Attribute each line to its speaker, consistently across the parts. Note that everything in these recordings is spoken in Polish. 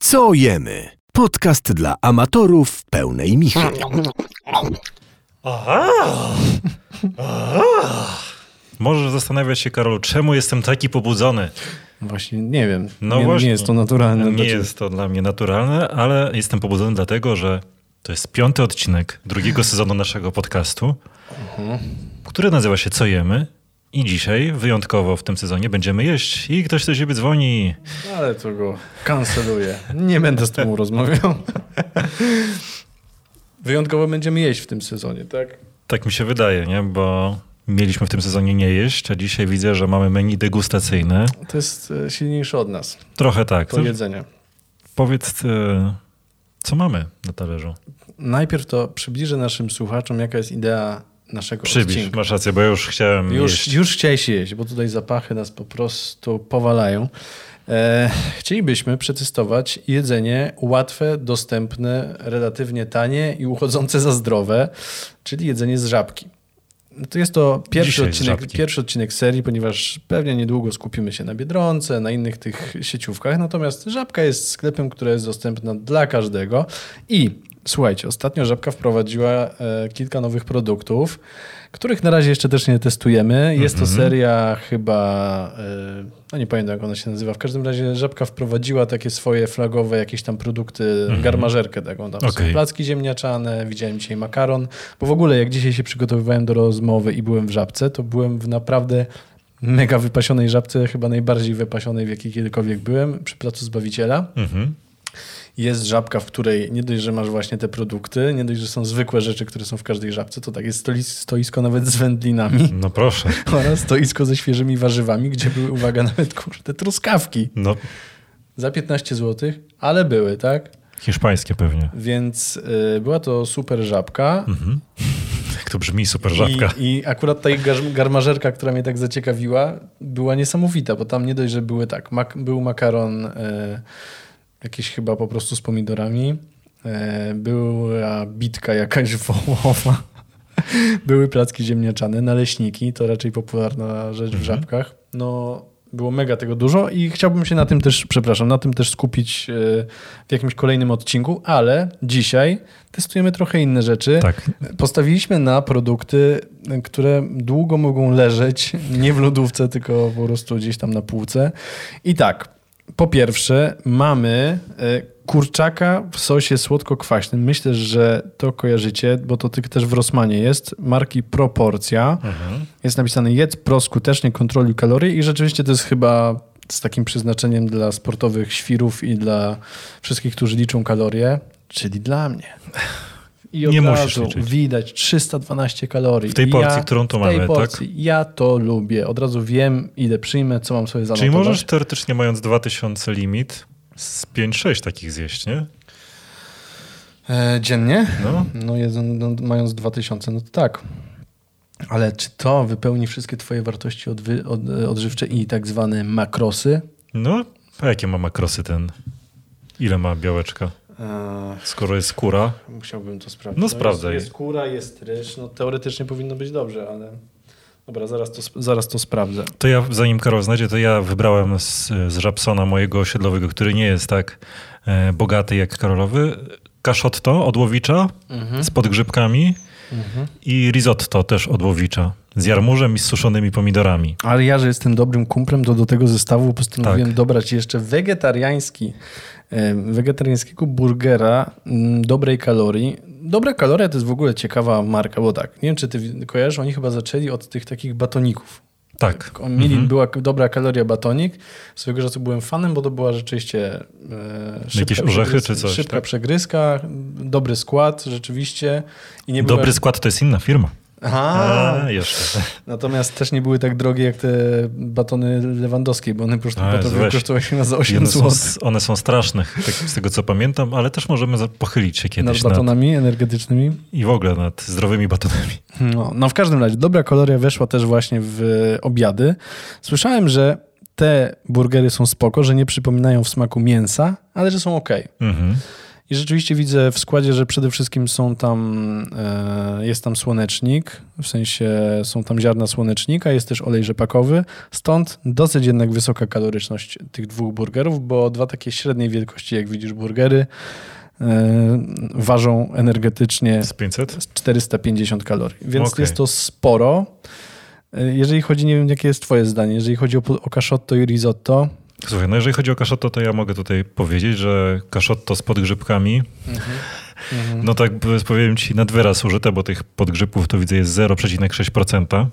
Speaker 1: Co jemy? Podcast dla amatorów pełnej michy.
Speaker 2: Możesz zastanawiać się, Karol, czemu jestem taki pobudzony?
Speaker 3: Właśnie nie wiem.
Speaker 2: No
Speaker 3: nie,
Speaker 2: właśnie.
Speaker 3: nie jest No to naturalne. dla
Speaker 2: Nie
Speaker 3: ciebie.
Speaker 2: jest to dla mnie naturalne, ale jestem pobudzony dlatego, że to jest piąty odcinek drugiego sezonu naszego podcastu, który nazywa się Co jemy? I dzisiaj wyjątkowo w tym sezonie będziemy jeść. I ktoś do siebie dzwoni.
Speaker 3: Ale to go kanceluję. Nie będę z tobą rozmawiał. Wyjątkowo będziemy jeść w tym sezonie, tak?
Speaker 2: Tak mi się wydaje, nie? Bo mieliśmy w tym sezonie nie jeść, a dzisiaj widzę, że mamy menu degustacyjne.
Speaker 3: To jest e, silniejsze od nas,
Speaker 2: Trochę tak.
Speaker 3: to jedzenie.
Speaker 2: Powiedz, e, co mamy na talerzu?
Speaker 3: Najpierw to przybliżę naszym słuchaczom, jaka jest idea naszego
Speaker 2: Przybliż,
Speaker 3: odcinka.
Speaker 2: masz rację, bo ja już chciałem
Speaker 3: Już,
Speaker 2: jeść.
Speaker 3: już chciałeś jeść, bo tutaj zapachy nas po prostu powalają. E, chcielibyśmy przetestować jedzenie łatwe, dostępne, relatywnie tanie i uchodzące za zdrowe, czyli jedzenie z żabki. To jest to pierwszy
Speaker 2: Dzisiaj z
Speaker 3: odcinek,
Speaker 2: żabki.
Speaker 3: pierwszy odcinek serii, ponieważ pewnie niedługo skupimy się na Biedronce, na innych tych sieciówkach. Natomiast Żabka jest sklepem, który jest dostępny dla każdego. I słuchajcie, ostatnio Żabka wprowadziła e, kilka nowych produktów, których na razie jeszcze też nie testujemy. Jest to seria chyba, e, no nie pamiętam jak ona się nazywa. W każdym razie Żabka wprowadziła takie swoje flagowe jakieś tam produkty, garmażerkę taką tam.
Speaker 2: Okej.
Speaker 3: Okay placki ziemniaczane, widziałem dzisiaj makaron, bo w ogóle jak dzisiaj się przygotowywałem do rozmowy i byłem w żabce, to byłem w naprawdę mega wypasionej żabce, chyba najbardziej wypasionej, w jakiej kiedykolwiek byłem, przy Placu Zbawiciela.
Speaker 2: Mhm.
Speaker 3: Jest żabka, w której nie dość, że masz właśnie te produkty, nie dość, że są zwykłe rzeczy, które są w każdej żabce, to tak jest stoli- stoisko nawet z wędlinami
Speaker 2: No proszę.
Speaker 3: oraz stoisko ze świeżymi warzywami, gdzie były, uwaga, nawet kurde truskawki
Speaker 2: No,
Speaker 3: za 15 zł, ale były, tak?
Speaker 2: hiszpańskie pewnie.
Speaker 3: Więc y, była to super żabka.
Speaker 2: Mhm. Jak to brzmi, super żabka.
Speaker 3: I, I akurat ta ich garz- garmażerka, która mnie tak zaciekawiła, była niesamowita, bo tam nie dość, że były tak, mak- był makaron e, jakiś chyba po prostu z pomidorami, e, była bitka jakaś wołowa, były placki ziemniaczane, naleśniki, to raczej popularna rzecz w żabkach. No, było mega tego dużo i chciałbym się na tym też, przepraszam, na tym też skupić e, w jakimś kolejnym odcinku, ale dzisiaj testujemy trochę inne rzeczy.
Speaker 2: Tak.
Speaker 3: Postawiliśmy na produkty, które długo mogą leżeć, nie w lodówce, tylko po prostu gdzieś tam na półce. I tak, po pierwsze mamy e, kurczaka w sosie słodko-kwaśnym. Myślę, że to kojarzycie, bo to tylko też w Rosmanie jest, marki Proporcja.
Speaker 2: Mhm.
Speaker 3: Jest napisane jedz proskutecznie, kontroluj kalorii i rzeczywiście to jest chyba z takim przeznaczeniem dla sportowych świrów i dla wszystkich, którzy liczą kalorie, czyli dla mnie. I od
Speaker 2: Nie musisz
Speaker 3: razu
Speaker 2: liczyć.
Speaker 3: widać 312 kalorii.
Speaker 2: W tej
Speaker 3: I
Speaker 2: porcji, którą tu
Speaker 3: w tej
Speaker 2: mamy, tak?
Speaker 3: porcji, Ja to lubię. Od razu wiem, ile przyjmę, co mam sobie
Speaker 2: Czyli
Speaker 3: zanotować.
Speaker 2: możesz teoretycznie mając 2000 limit z 5-6 takich zjeść, nie?
Speaker 3: E, dziennie?
Speaker 2: No.
Speaker 3: No, jeden, no, mając 2000, no to tak. Ale czy to wypełni wszystkie twoje wartości odwy, od, odżywcze i tak zwane makrosy?
Speaker 2: No, a jakie ma makrosy ten? Ile ma białeczka? Skoro jest skóra.
Speaker 3: musiałbym to sprawdzić.
Speaker 2: No, sprawdzaj.
Speaker 3: Jest, jest kura, jest ryż, no teoretycznie powinno być dobrze, ale... Dobra, zaraz to, sp- zaraz to sprawdzę.
Speaker 2: To ja, zanim Karol znajdzie, to ja wybrałem z, z Żabsona mojego osiedlowego, który nie jest tak e, bogaty jak Karolowy, kaszotto od łowicza
Speaker 3: Mhm.
Speaker 2: z podgrzybkami i risotto też od łowicza z jarmużem i z suszonymi pomidorami.
Speaker 3: Ale ja, że jestem dobrym kumplem, to do tego zestawu postanowiłem
Speaker 2: Tak.
Speaker 3: dobrać jeszcze wegetariański, e, wegetariańskiego burgera mm, dobrej kalorii. Dobra kaloria to jest w ogóle ciekawa marka, bo tak, nie wiem czy ty wi- kojarzysz, oni chyba zaczęli od tych takich batoników.
Speaker 2: Tak.
Speaker 3: On- Mieli, Była k- dobra kaloria batonik, swojego czasu byłem fanem, bo to była rzeczywiście e, szybka,
Speaker 2: Jakieś orzechy czy coś,
Speaker 3: szybka
Speaker 2: tak?
Speaker 3: przegryzka, dobry skład rzeczywiście. I nie
Speaker 2: Dobry
Speaker 3: była...
Speaker 2: skład to jest inna firma.
Speaker 3: Aha,
Speaker 2: A, jeszcze.
Speaker 3: Natomiast też nie były tak drogie jak te batony lewandowskie, bo one po prostu
Speaker 2: A,
Speaker 3: batony
Speaker 2: weź.
Speaker 3: kosztowały chyba za 8
Speaker 2: One są,
Speaker 3: zł.
Speaker 2: one są straszne, tak z tego co pamiętam, ale też możemy za- pochylić się
Speaker 3: Nad
Speaker 2: kiedyś nad,
Speaker 3: batonami energetycznymi.
Speaker 2: i w ogóle nad zdrowymi batonami.
Speaker 3: No, no w każdym razie, dobra kaloria weszła też właśnie w e, obiady. Słyszałem, że te burgery są spoko, że nie przypominają w smaku mięsa, ale że są ok.
Speaker 2: Mhm.
Speaker 3: I rzeczywiście widzę w składzie, że przede wszystkim są tam, e, jest tam słonecznik, w sensie są tam ziarna słonecznika, jest też olej rzepakowy, stąd dosyć jednak wysoka kaloryczność tych dwóch burgerów, bo dwa takie średniej wielkości, jak widzisz, burgery e, ważą energetycznie
Speaker 2: Z 500?
Speaker 3: 450 kalorii, więc
Speaker 2: Okej.
Speaker 3: jest to sporo. E, Jeżeli chodzi, nie wiem, jakie jest twoje zdanie, jeżeli chodzi o, pu- o kaszotto i risotto,
Speaker 2: Słuchaj, no jeżeli chodzi o kaszotto, to ja mogę tutaj powiedzieć, że kaszotto z podgrzybkami,
Speaker 3: Mhm.
Speaker 2: no tak powiedz- powiem ci, nad wyraz użyte, bo tych podgrzybków to widzę jest 0,6%.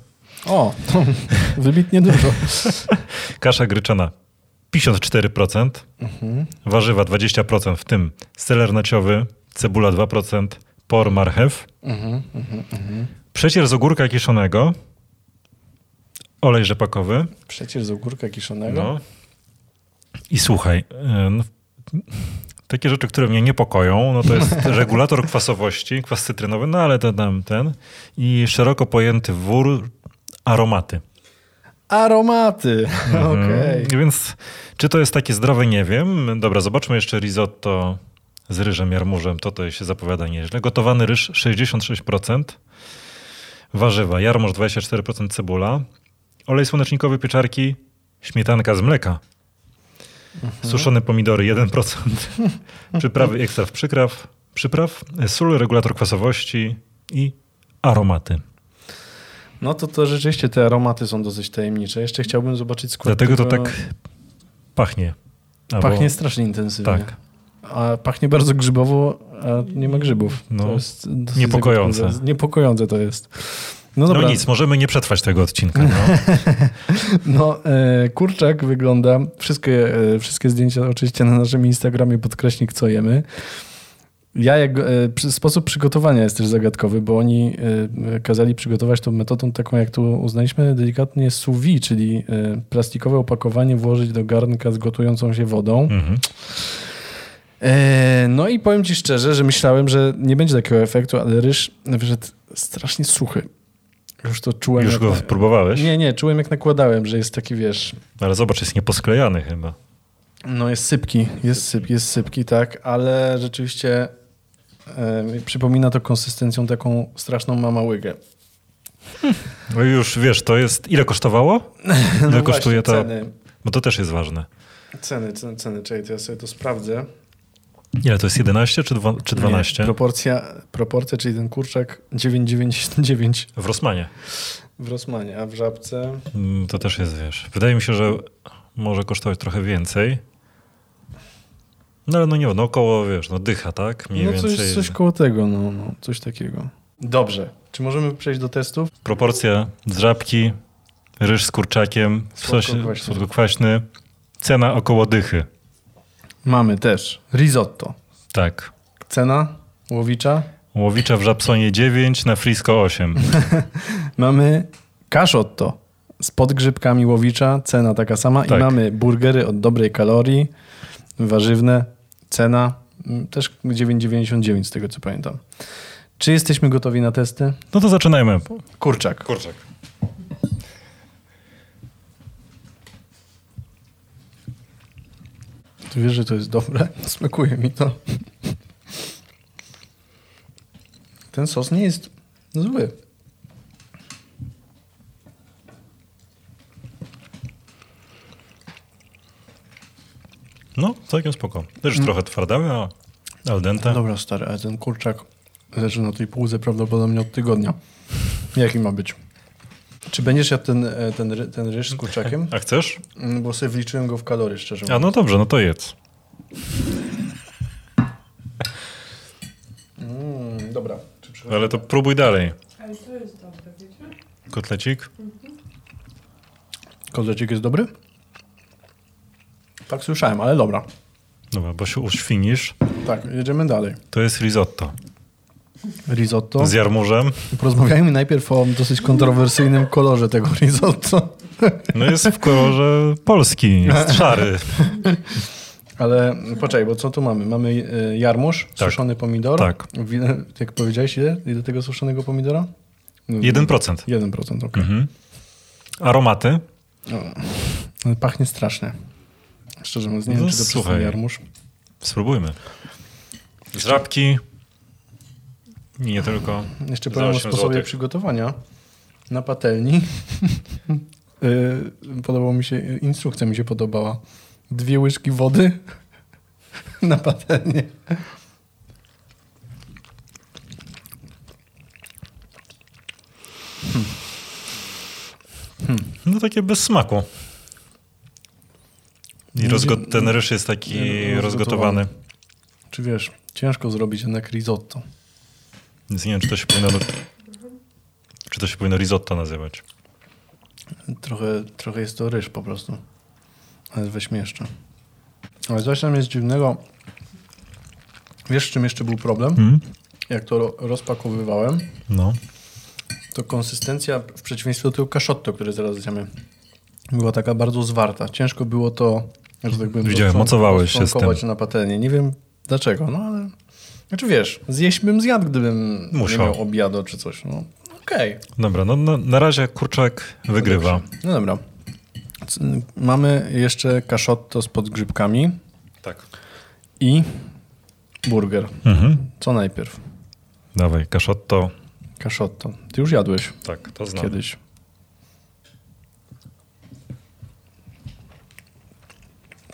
Speaker 3: o, wybitnie dużo.
Speaker 2: Kasza gryczana 54%,
Speaker 3: Mhm,
Speaker 2: warzywa 20%, w tym seler naciowy, cebula 2%, por, marchew,
Speaker 3: mhm,
Speaker 2: przecier z ogórka kiszonego, olej rzepakowy,
Speaker 3: Przecież z ogórka kiszonego.
Speaker 2: No. I słuchaj, y, no, takie rzeczy, które mnie niepokoją, no to jest regulator kwasowości, kwas cytrynowy, no ale to tam ten, i szeroko pojęty wór aromaty.
Speaker 3: Aromaty. Okej.
Speaker 2: Mm, Więc czy to jest takie zdrowe, nie wiem. Dobra, zobaczmy jeszcze risotto z ryżem jarmużem, to to się zapowiada nieźle. Gotowany ryż 66%, warzywa, jarmuż 24%, cebula, olej słonecznikowy, pieczarki, śmietanka z mleka,
Speaker 3: Mhm.
Speaker 2: suszone pomidory 1%, przyprawy ekstra w przypraw, przypraw, sól, regulator kwasowości i aromaty.
Speaker 3: No to to rzeczywiście te aromaty są dosyć tajemnicze. Jeszcze chciałbym zobaczyć skład.
Speaker 2: Dlatego to
Speaker 3: tego-
Speaker 2: tak pachnie. Albo-
Speaker 3: Pachnie strasznie intensywnie.
Speaker 2: Tak.
Speaker 3: A pachnie bardzo grzybowo, a nie ma grzybów.
Speaker 2: No.
Speaker 3: To jest dosyć
Speaker 2: Niepokojące.
Speaker 3: zagadkowe. Niepokojące to jest. No
Speaker 2: No,
Speaker 3: dobra.
Speaker 2: nic, możemy nie przetrwać tego odcinka. No.
Speaker 3: No, e, kurczak wygląda. Wszystkie, e, wszystkie zdjęcia oczywiście na naszym Instagramie podkreśnik co jemy. Ja jak, e, przy, sposób przygotowania jest też zagadkowy, bo oni e, kazali przygotować tą metodą taką, jak tu uznaliśmy, delikatnie sous vide, czyli e, plastikowe opakowanie włożyć do garnka z gotującą się wodą.
Speaker 2: Mhm.
Speaker 3: E, no i powiem ci szczerze, że myślałem, że nie będzie takiego efektu, ale ryż wyszedł strasznie suchy. Już to czułem.
Speaker 2: Już
Speaker 3: jak
Speaker 2: go
Speaker 3: na-
Speaker 2: próbowałeś?
Speaker 3: tak. Nie, nie, czułem jak nakładałem, że jest taki, wiesz,
Speaker 2: Ale zobacz, jest nieposklejany chyba.
Speaker 3: No jest sypki, jest, syp, jest sypki, tak, ale rzeczywiście e, przypomina to konsystencją taką straszną mama łygę.
Speaker 2: No i już wiesz, to jest. Ile kosztowało? Ile kosztuje to?
Speaker 3: No Ceny,
Speaker 2: Bo to też jest ważne.
Speaker 3: ceny, ceny, ceny, czekaj, to ja sobie to sprawdzę.
Speaker 2: Ile to jest 11 czy, dwa, czy 12?
Speaker 3: Nie, proporcja, proporcja, czyli ten kurczak 9,99
Speaker 2: w Rosmanie.
Speaker 3: w Rosmanie, a w Żabce...
Speaker 2: Mm, To też jest, wiesz. Wydaje mi się, że może kosztować trochę więcej. No ale no nie, no około, wiesz, no dycha, tak? Mniej
Speaker 3: no
Speaker 2: więcej.
Speaker 3: coś, coś koło tego, no, no, coś takiego. Dobrze, czy możemy przejść do testów?
Speaker 2: Proporcja z żabki, ryż z kurczakiem, w sosie
Speaker 3: Słodko-kwaśny.
Speaker 2: słodko-kwaśny. Cena około dychy.
Speaker 3: Mamy też risotto.
Speaker 2: Tak.
Speaker 3: Cena łowicza?
Speaker 2: Łowicza w Żabsonie 9, na Frisko 8.
Speaker 3: Mamy kaszotto z podgrzybkami łowicza, cena taka sama.
Speaker 2: Tak.
Speaker 3: I mamy burgery od dobrej kalorii, warzywne, cena mm, też 9,99 z tego co pamiętam. Czy jesteśmy gotowi na testy?
Speaker 2: No to zaczynajmy.
Speaker 3: Kurczak.
Speaker 2: Kurczak.
Speaker 3: Ty wiesz, że to jest dobre? Smakuje mi to. Ten sos nie jest zły.
Speaker 2: No, całkiem spoko. Też trochę twardawy, a al dente.
Speaker 3: Dobra stary, ale ten kurczak leży na tej półce prawdopodobnie od tygodnia. Jaki ma być? Czy będziesz jadł ten, e, ten, ry- ten ryż z kurczakiem?
Speaker 2: A chcesz?
Speaker 3: Mm, Bo sobie wliczyłem go w kalory, szczerze
Speaker 2: Tak. A
Speaker 3: mówiąc.
Speaker 2: no dobrze, no to jedz.
Speaker 3: Mm, dobra. Czy przychodzi-
Speaker 2: Ale to próbuj dalej.
Speaker 4: Ale to jest dobre, wiecie?
Speaker 2: Kotlecik?
Speaker 3: Kozlecik jest dobry? Tak słyszałem, ale dobra.
Speaker 2: Dobra, bo się uświnisz.
Speaker 3: Tak, jedziemy dalej.
Speaker 2: To jest risotto.
Speaker 3: Risotto.
Speaker 2: Z jarmużem.
Speaker 3: Porozmawiajmy najpierw o dosyć kontrowersyjnym kolorze tego risotto.
Speaker 2: No jest w kolorze Polski. Jest szary.
Speaker 3: Ale poczekaj, bo co tu mamy? Mamy e, jarmuż, suszony pomidor.
Speaker 2: Tak.
Speaker 3: Wi- Jak powiedziałeś, ile, ile tego suszonego pomidora? No,
Speaker 2: 1%.
Speaker 3: 1%, ok.
Speaker 2: Mhm. Aromaty.
Speaker 3: No, Pachnie strasznie. Szczerze mówiąc, nie
Speaker 2: No,
Speaker 3: wiem, czy to przez
Speaker 2: słuchaj.
Speaker 3: ten jarmuż.
Speaker 2: Spróbujmy. Z żabki. I nie tylko.
Speaker 3: Jeszcze
Speaker 2: Za
Speaker 3: powiem o
Speaker 2: osiem
Speaker 3: sposobie
Speaker 2: złotych.
Speaker 3: przygotowania. Na patelni y, podobało mi się, instrukcja mi się podobała. Dwie łyżki wody na patelnię.
Speaker 2: No takie bez smaku. I
Speaker 3: Nie
Speaker 2: rozgo-
Speaker 3: wiem,
Speaker 2: ten ryż jest taki
Speaker 3: nie, rozgotowany.
Speaker 2: rozgotowany.
Speaker 3: Czy wiesz, ciężko zrobić jednak risotto.
Speaker 2: Więc nie wiem, czy to się powinno. Czy to się powinno risotto nazywać?
Speaker 3: Trochę, trochę jest to ryż po prostu. Ale weźmy jeszcze. Ale coś tam jest dziwnego. Wiesz, z czym jeszcze był problem?
Speaker 2: Mm?
Speaker 3: Jak to ro- rozpakowywałem,
Speaker 2: No.
Speaker 3: to konsystencja w przeciwieństwie do tego kaszotto, które zaraz zjemy, była taka bardzo zwarta. Ciężko było to, że tak powiem,
Speaker 2: Widziałem,
Speaker 3: rozczłon-
Speaker 2: mocowałeś się z
Speaker 3: rozczłonkować
Speaker 2: tym.
Speaker 3: na patelnię. Nie wiem dlaczego, no ale... Znaczy wiesz, zjeść bym zjadł, gdybym
Speaker 2: Musiał.
Speaker 3: nie miał obiadu czy coś. No okej.
Speaker 2: Dobra, no na, na razie kurczak wygrywa.
Speaker 3: No dobra. C- Mamy jeszcze kaszotto z podgrzybkami
Speaker 2: Tak.
Speaker 3: i burger.
Speaker 2: Mhm.
Speaker 3: Co najpierw?
Speaker 2: Dawaj, kaszotto.
Speaker 3: Kaszotto. Ty już jadłeś
Speaker 2: Tak, to znam.
Speaker 3: kiedyś.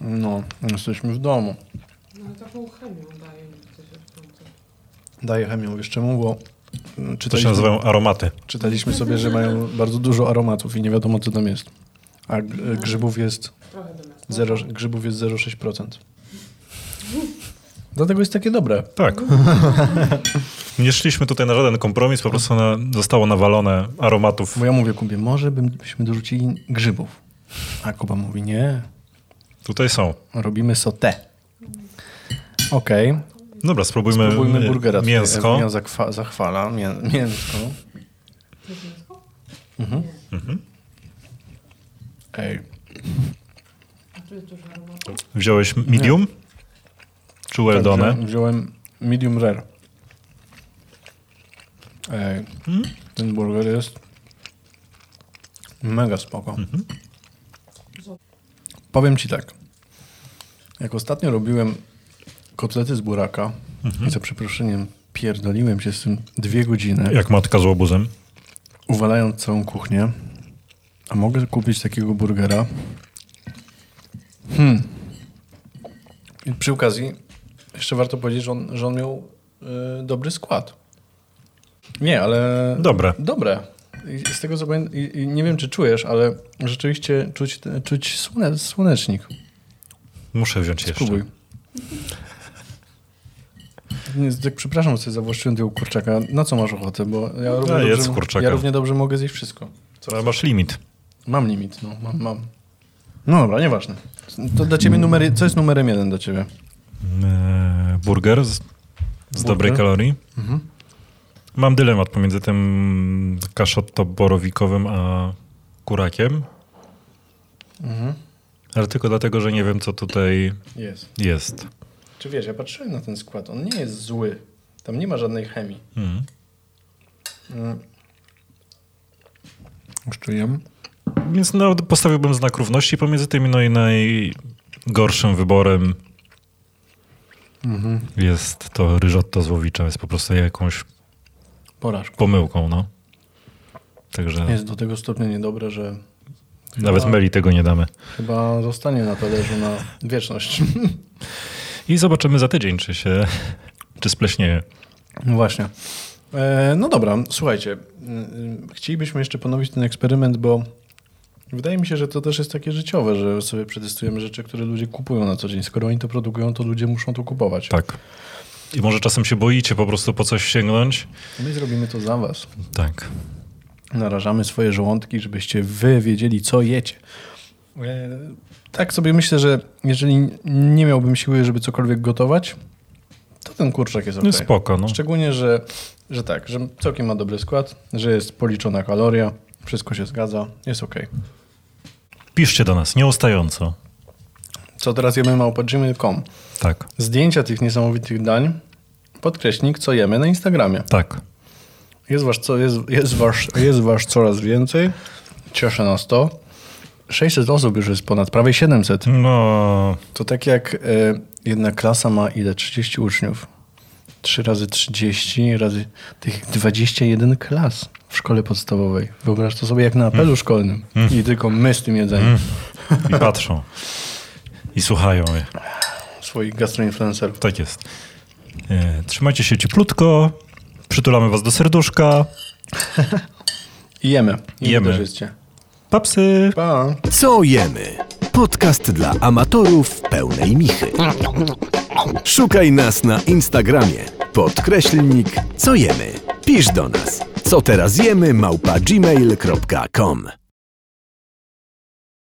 Speaker 3: No, jesteśmy w domu.
Speaker 4: No taką chemią daje mi to się w końcu.
Speaker 3: Daję chemią wiesz czemu, bo mm,
Speaker 2: To się
Speaker 3: czytaliśmy,
Speaker 2: nazywają aromaty.
Speaker 3: czytaliśmy sobie, że mają bardzo dużo aromatów i nie wiadomo co tam jest. A g- grzybów jest
Speaker 4: Trochę do nas.
Speaker 3: 0, grzybów jest 0,6%. Dlatego jest takie dobre.
Speaker 2: Tak. Nie szliśmy tutaj na żaden kompromis, po prostu na, zostało nawalone aromatów.
Speaker 3: Bo ja mówię Kubie, może bym- byśmy dorzucili grzybów. A Kuba mówi, nie,
Speaker 2: Tutaj są.
Speaker 3: robimy sotę. Okej,
Speaker 2: Dobra, spróbujmy,
Speaker 3: spróbujmy
Speaker 2: e,
Speaker 3: burgera. tutaj.
Speaker 2: mięsko.
Speaker 3: Ewenia zakwa- zachwala mię, mięsko.
Speaker 4: Mięsko?
Speaker 3: Mhm.
Speaker 4: Nie.
Speaker 3: Ej,
Speaker 4: A tu jest dużo aromatu?
Speaker 2: Wziąłeś medium? Czy well
Speaker 3: tak,
Speaker 2: done?
Speaker 3: wzią- wziąłem medium rare. Ej, ten burger jest mega spoko. Powiem ci tak. Jak ostatnio robiłem kotlety z buraka i za przeproszeniem pierdoliłem się z tym dwie godziny,
Speaker 2: Jak matka z łobuzem.
Speaker 3: uwalając całą kuchnię, a mogę kupić takiego burgera. Hmm. I przy okazji jeszcze warto powiedzieć, że on, że on miał y, dobry skład. Nie, ale...
Speaker 2: Dobre.
Speaker 3: Dobre. I z tego co pamię- i, i nie wiem, czy czujesz, ale rzeczywiście czuć, czuć słone, słonecznik.
Speaker 2: Muszę wziąć jeszcze.
Speaker 3: Spróbuj. Nie, tak przepraszam, że zawłaszczyłem tego kurczaka. Na co masz ochotę? Bo ja równie,
Speaker 2: A, No, jedz
Speaker 3: dobrze,
Speaker 2: kurczaka.
Speaker 3: ja równie dobrze mogę zjeść wszystko.
Speaker 2: Ale masz limit.
Speaker 3: Mam limit, no, mam, mam. No dobra, nieważne. To dla ciebie numer, co jest numerem jeden dla ciebie?
Speaker 2: E, burger z, z dobrej kalorii.
Speaker 3: Mhm.
Speaker 2: Mam dylemat pomiędzy tym kaszotto borowikowym a kurakiem,
Speaker 3: Mhm.
Speaker 2: ale tylko dlatego, że nie wiem, co tutaj
Speaker 3: Jest.
Speaker 2: jest.
Speaker 3: Czy wiesz, ja patrzyłem na ten skład, on nie jest zły. Tam nie ma żadnej chemii.
Speaker 2: Mhm.
Speaker 3: Mm. Już czuję.
Speaker 2: Więc no, postawiłbym znak równości pomiędzy tymi, no i najgorszym wyborem
Speaker 3: Mhm.
Speaker 2: jest to ryżotto z Łowicza, jest po prostu jakąś
Speaker 3: Porażka.
Speaker 2: pomyłką, no. Także
Speaker 3: Jest do tego stopnia niedobre, że
Speaker 2: nawet
Speaker 3: chyba-
Speaker 2: meli tego nie damy.
Speaker 3: chyba zostanie na talerzu na wieczność.
Speaker 2: I zobaczymy za tydzień, czy się, czy spleśnieje.
Speaker 3: No właśnie. E, no dobra, słuchajcie. mm, Chcielibyśmy jeszcze ponowić ten eksperyment, bo wydaje mi się, że to też jest takie życiowe, że sobie przetestujemy rzeczy, które ludzie kupują na co dzień. Skoro oni to produkują, to ludzie muszą to kupować.
Speaker 2: Tak. I może czasem się boicie po prostu po coś sięgnąć.
Speaker 3: My zrobimy to za was.
Speaker 2: Tak.
Speaker 3: Narażamy swoje żołądki, żebyście wy wiedzieli, co jecie. E, tak sobie myślę, że jeżeli nie miałbym siły, żeby cokolwiek gotować, to ten kurczak jest
Speaker 2: No
Speaker 3: okej.
Speaker 2: spoko, no.
Speaker 3: Szczególnie, że, że tak, że całkiem ma dobry skład, że jest policzona kaloria, wszystko się zgadza, jest ok.
Speaker 2: Piszcie do nas, nieustająco.
Speaker 3: Co teraz jemy małpa.gmail.com.
Speaker 2: Tak,
Speaker 3: Zdjęcia tych niesamowitych dań, podkreśnik co jemy na Instagramie.
Speaker 2: tak.
Speaker 3: Jest wasz, co, jest, jest wasz, jest wasz coraz więcej, cieszę nas to. 600 osób już jest ponad, prawie 700.
Speaker 2: No,
Speaker 3: To tak jak e, jedna klasa ma ile? 30 uczniów. 3 razy 30 razy tych 21 klas w szkole podstawowej. Wyobraź to sobie jak na apelu szkolnym i tylko my z tym jedzeniem
Speaker 2: I patrzą. I słuchają.
Speaker 3: swoich gastroinfluencerów.
Speaker 2: Tak jest. E, Trzymajcie się cieplutko. Przytulamy was do serduszka.
Speaker 3: I jemy. I
Speaker 2: Jemy.
Speaker 3: uderzycie.
Speaker 2: Papsy!
Speaker 3: Pa!
Speaker 1: Co jemy? Podcast dla amatorów pełnej michy. Szukaj nas na Instagramie. Podkreślnik co jemy. Pisz do nas. Co teraz jemy małpa gmail.com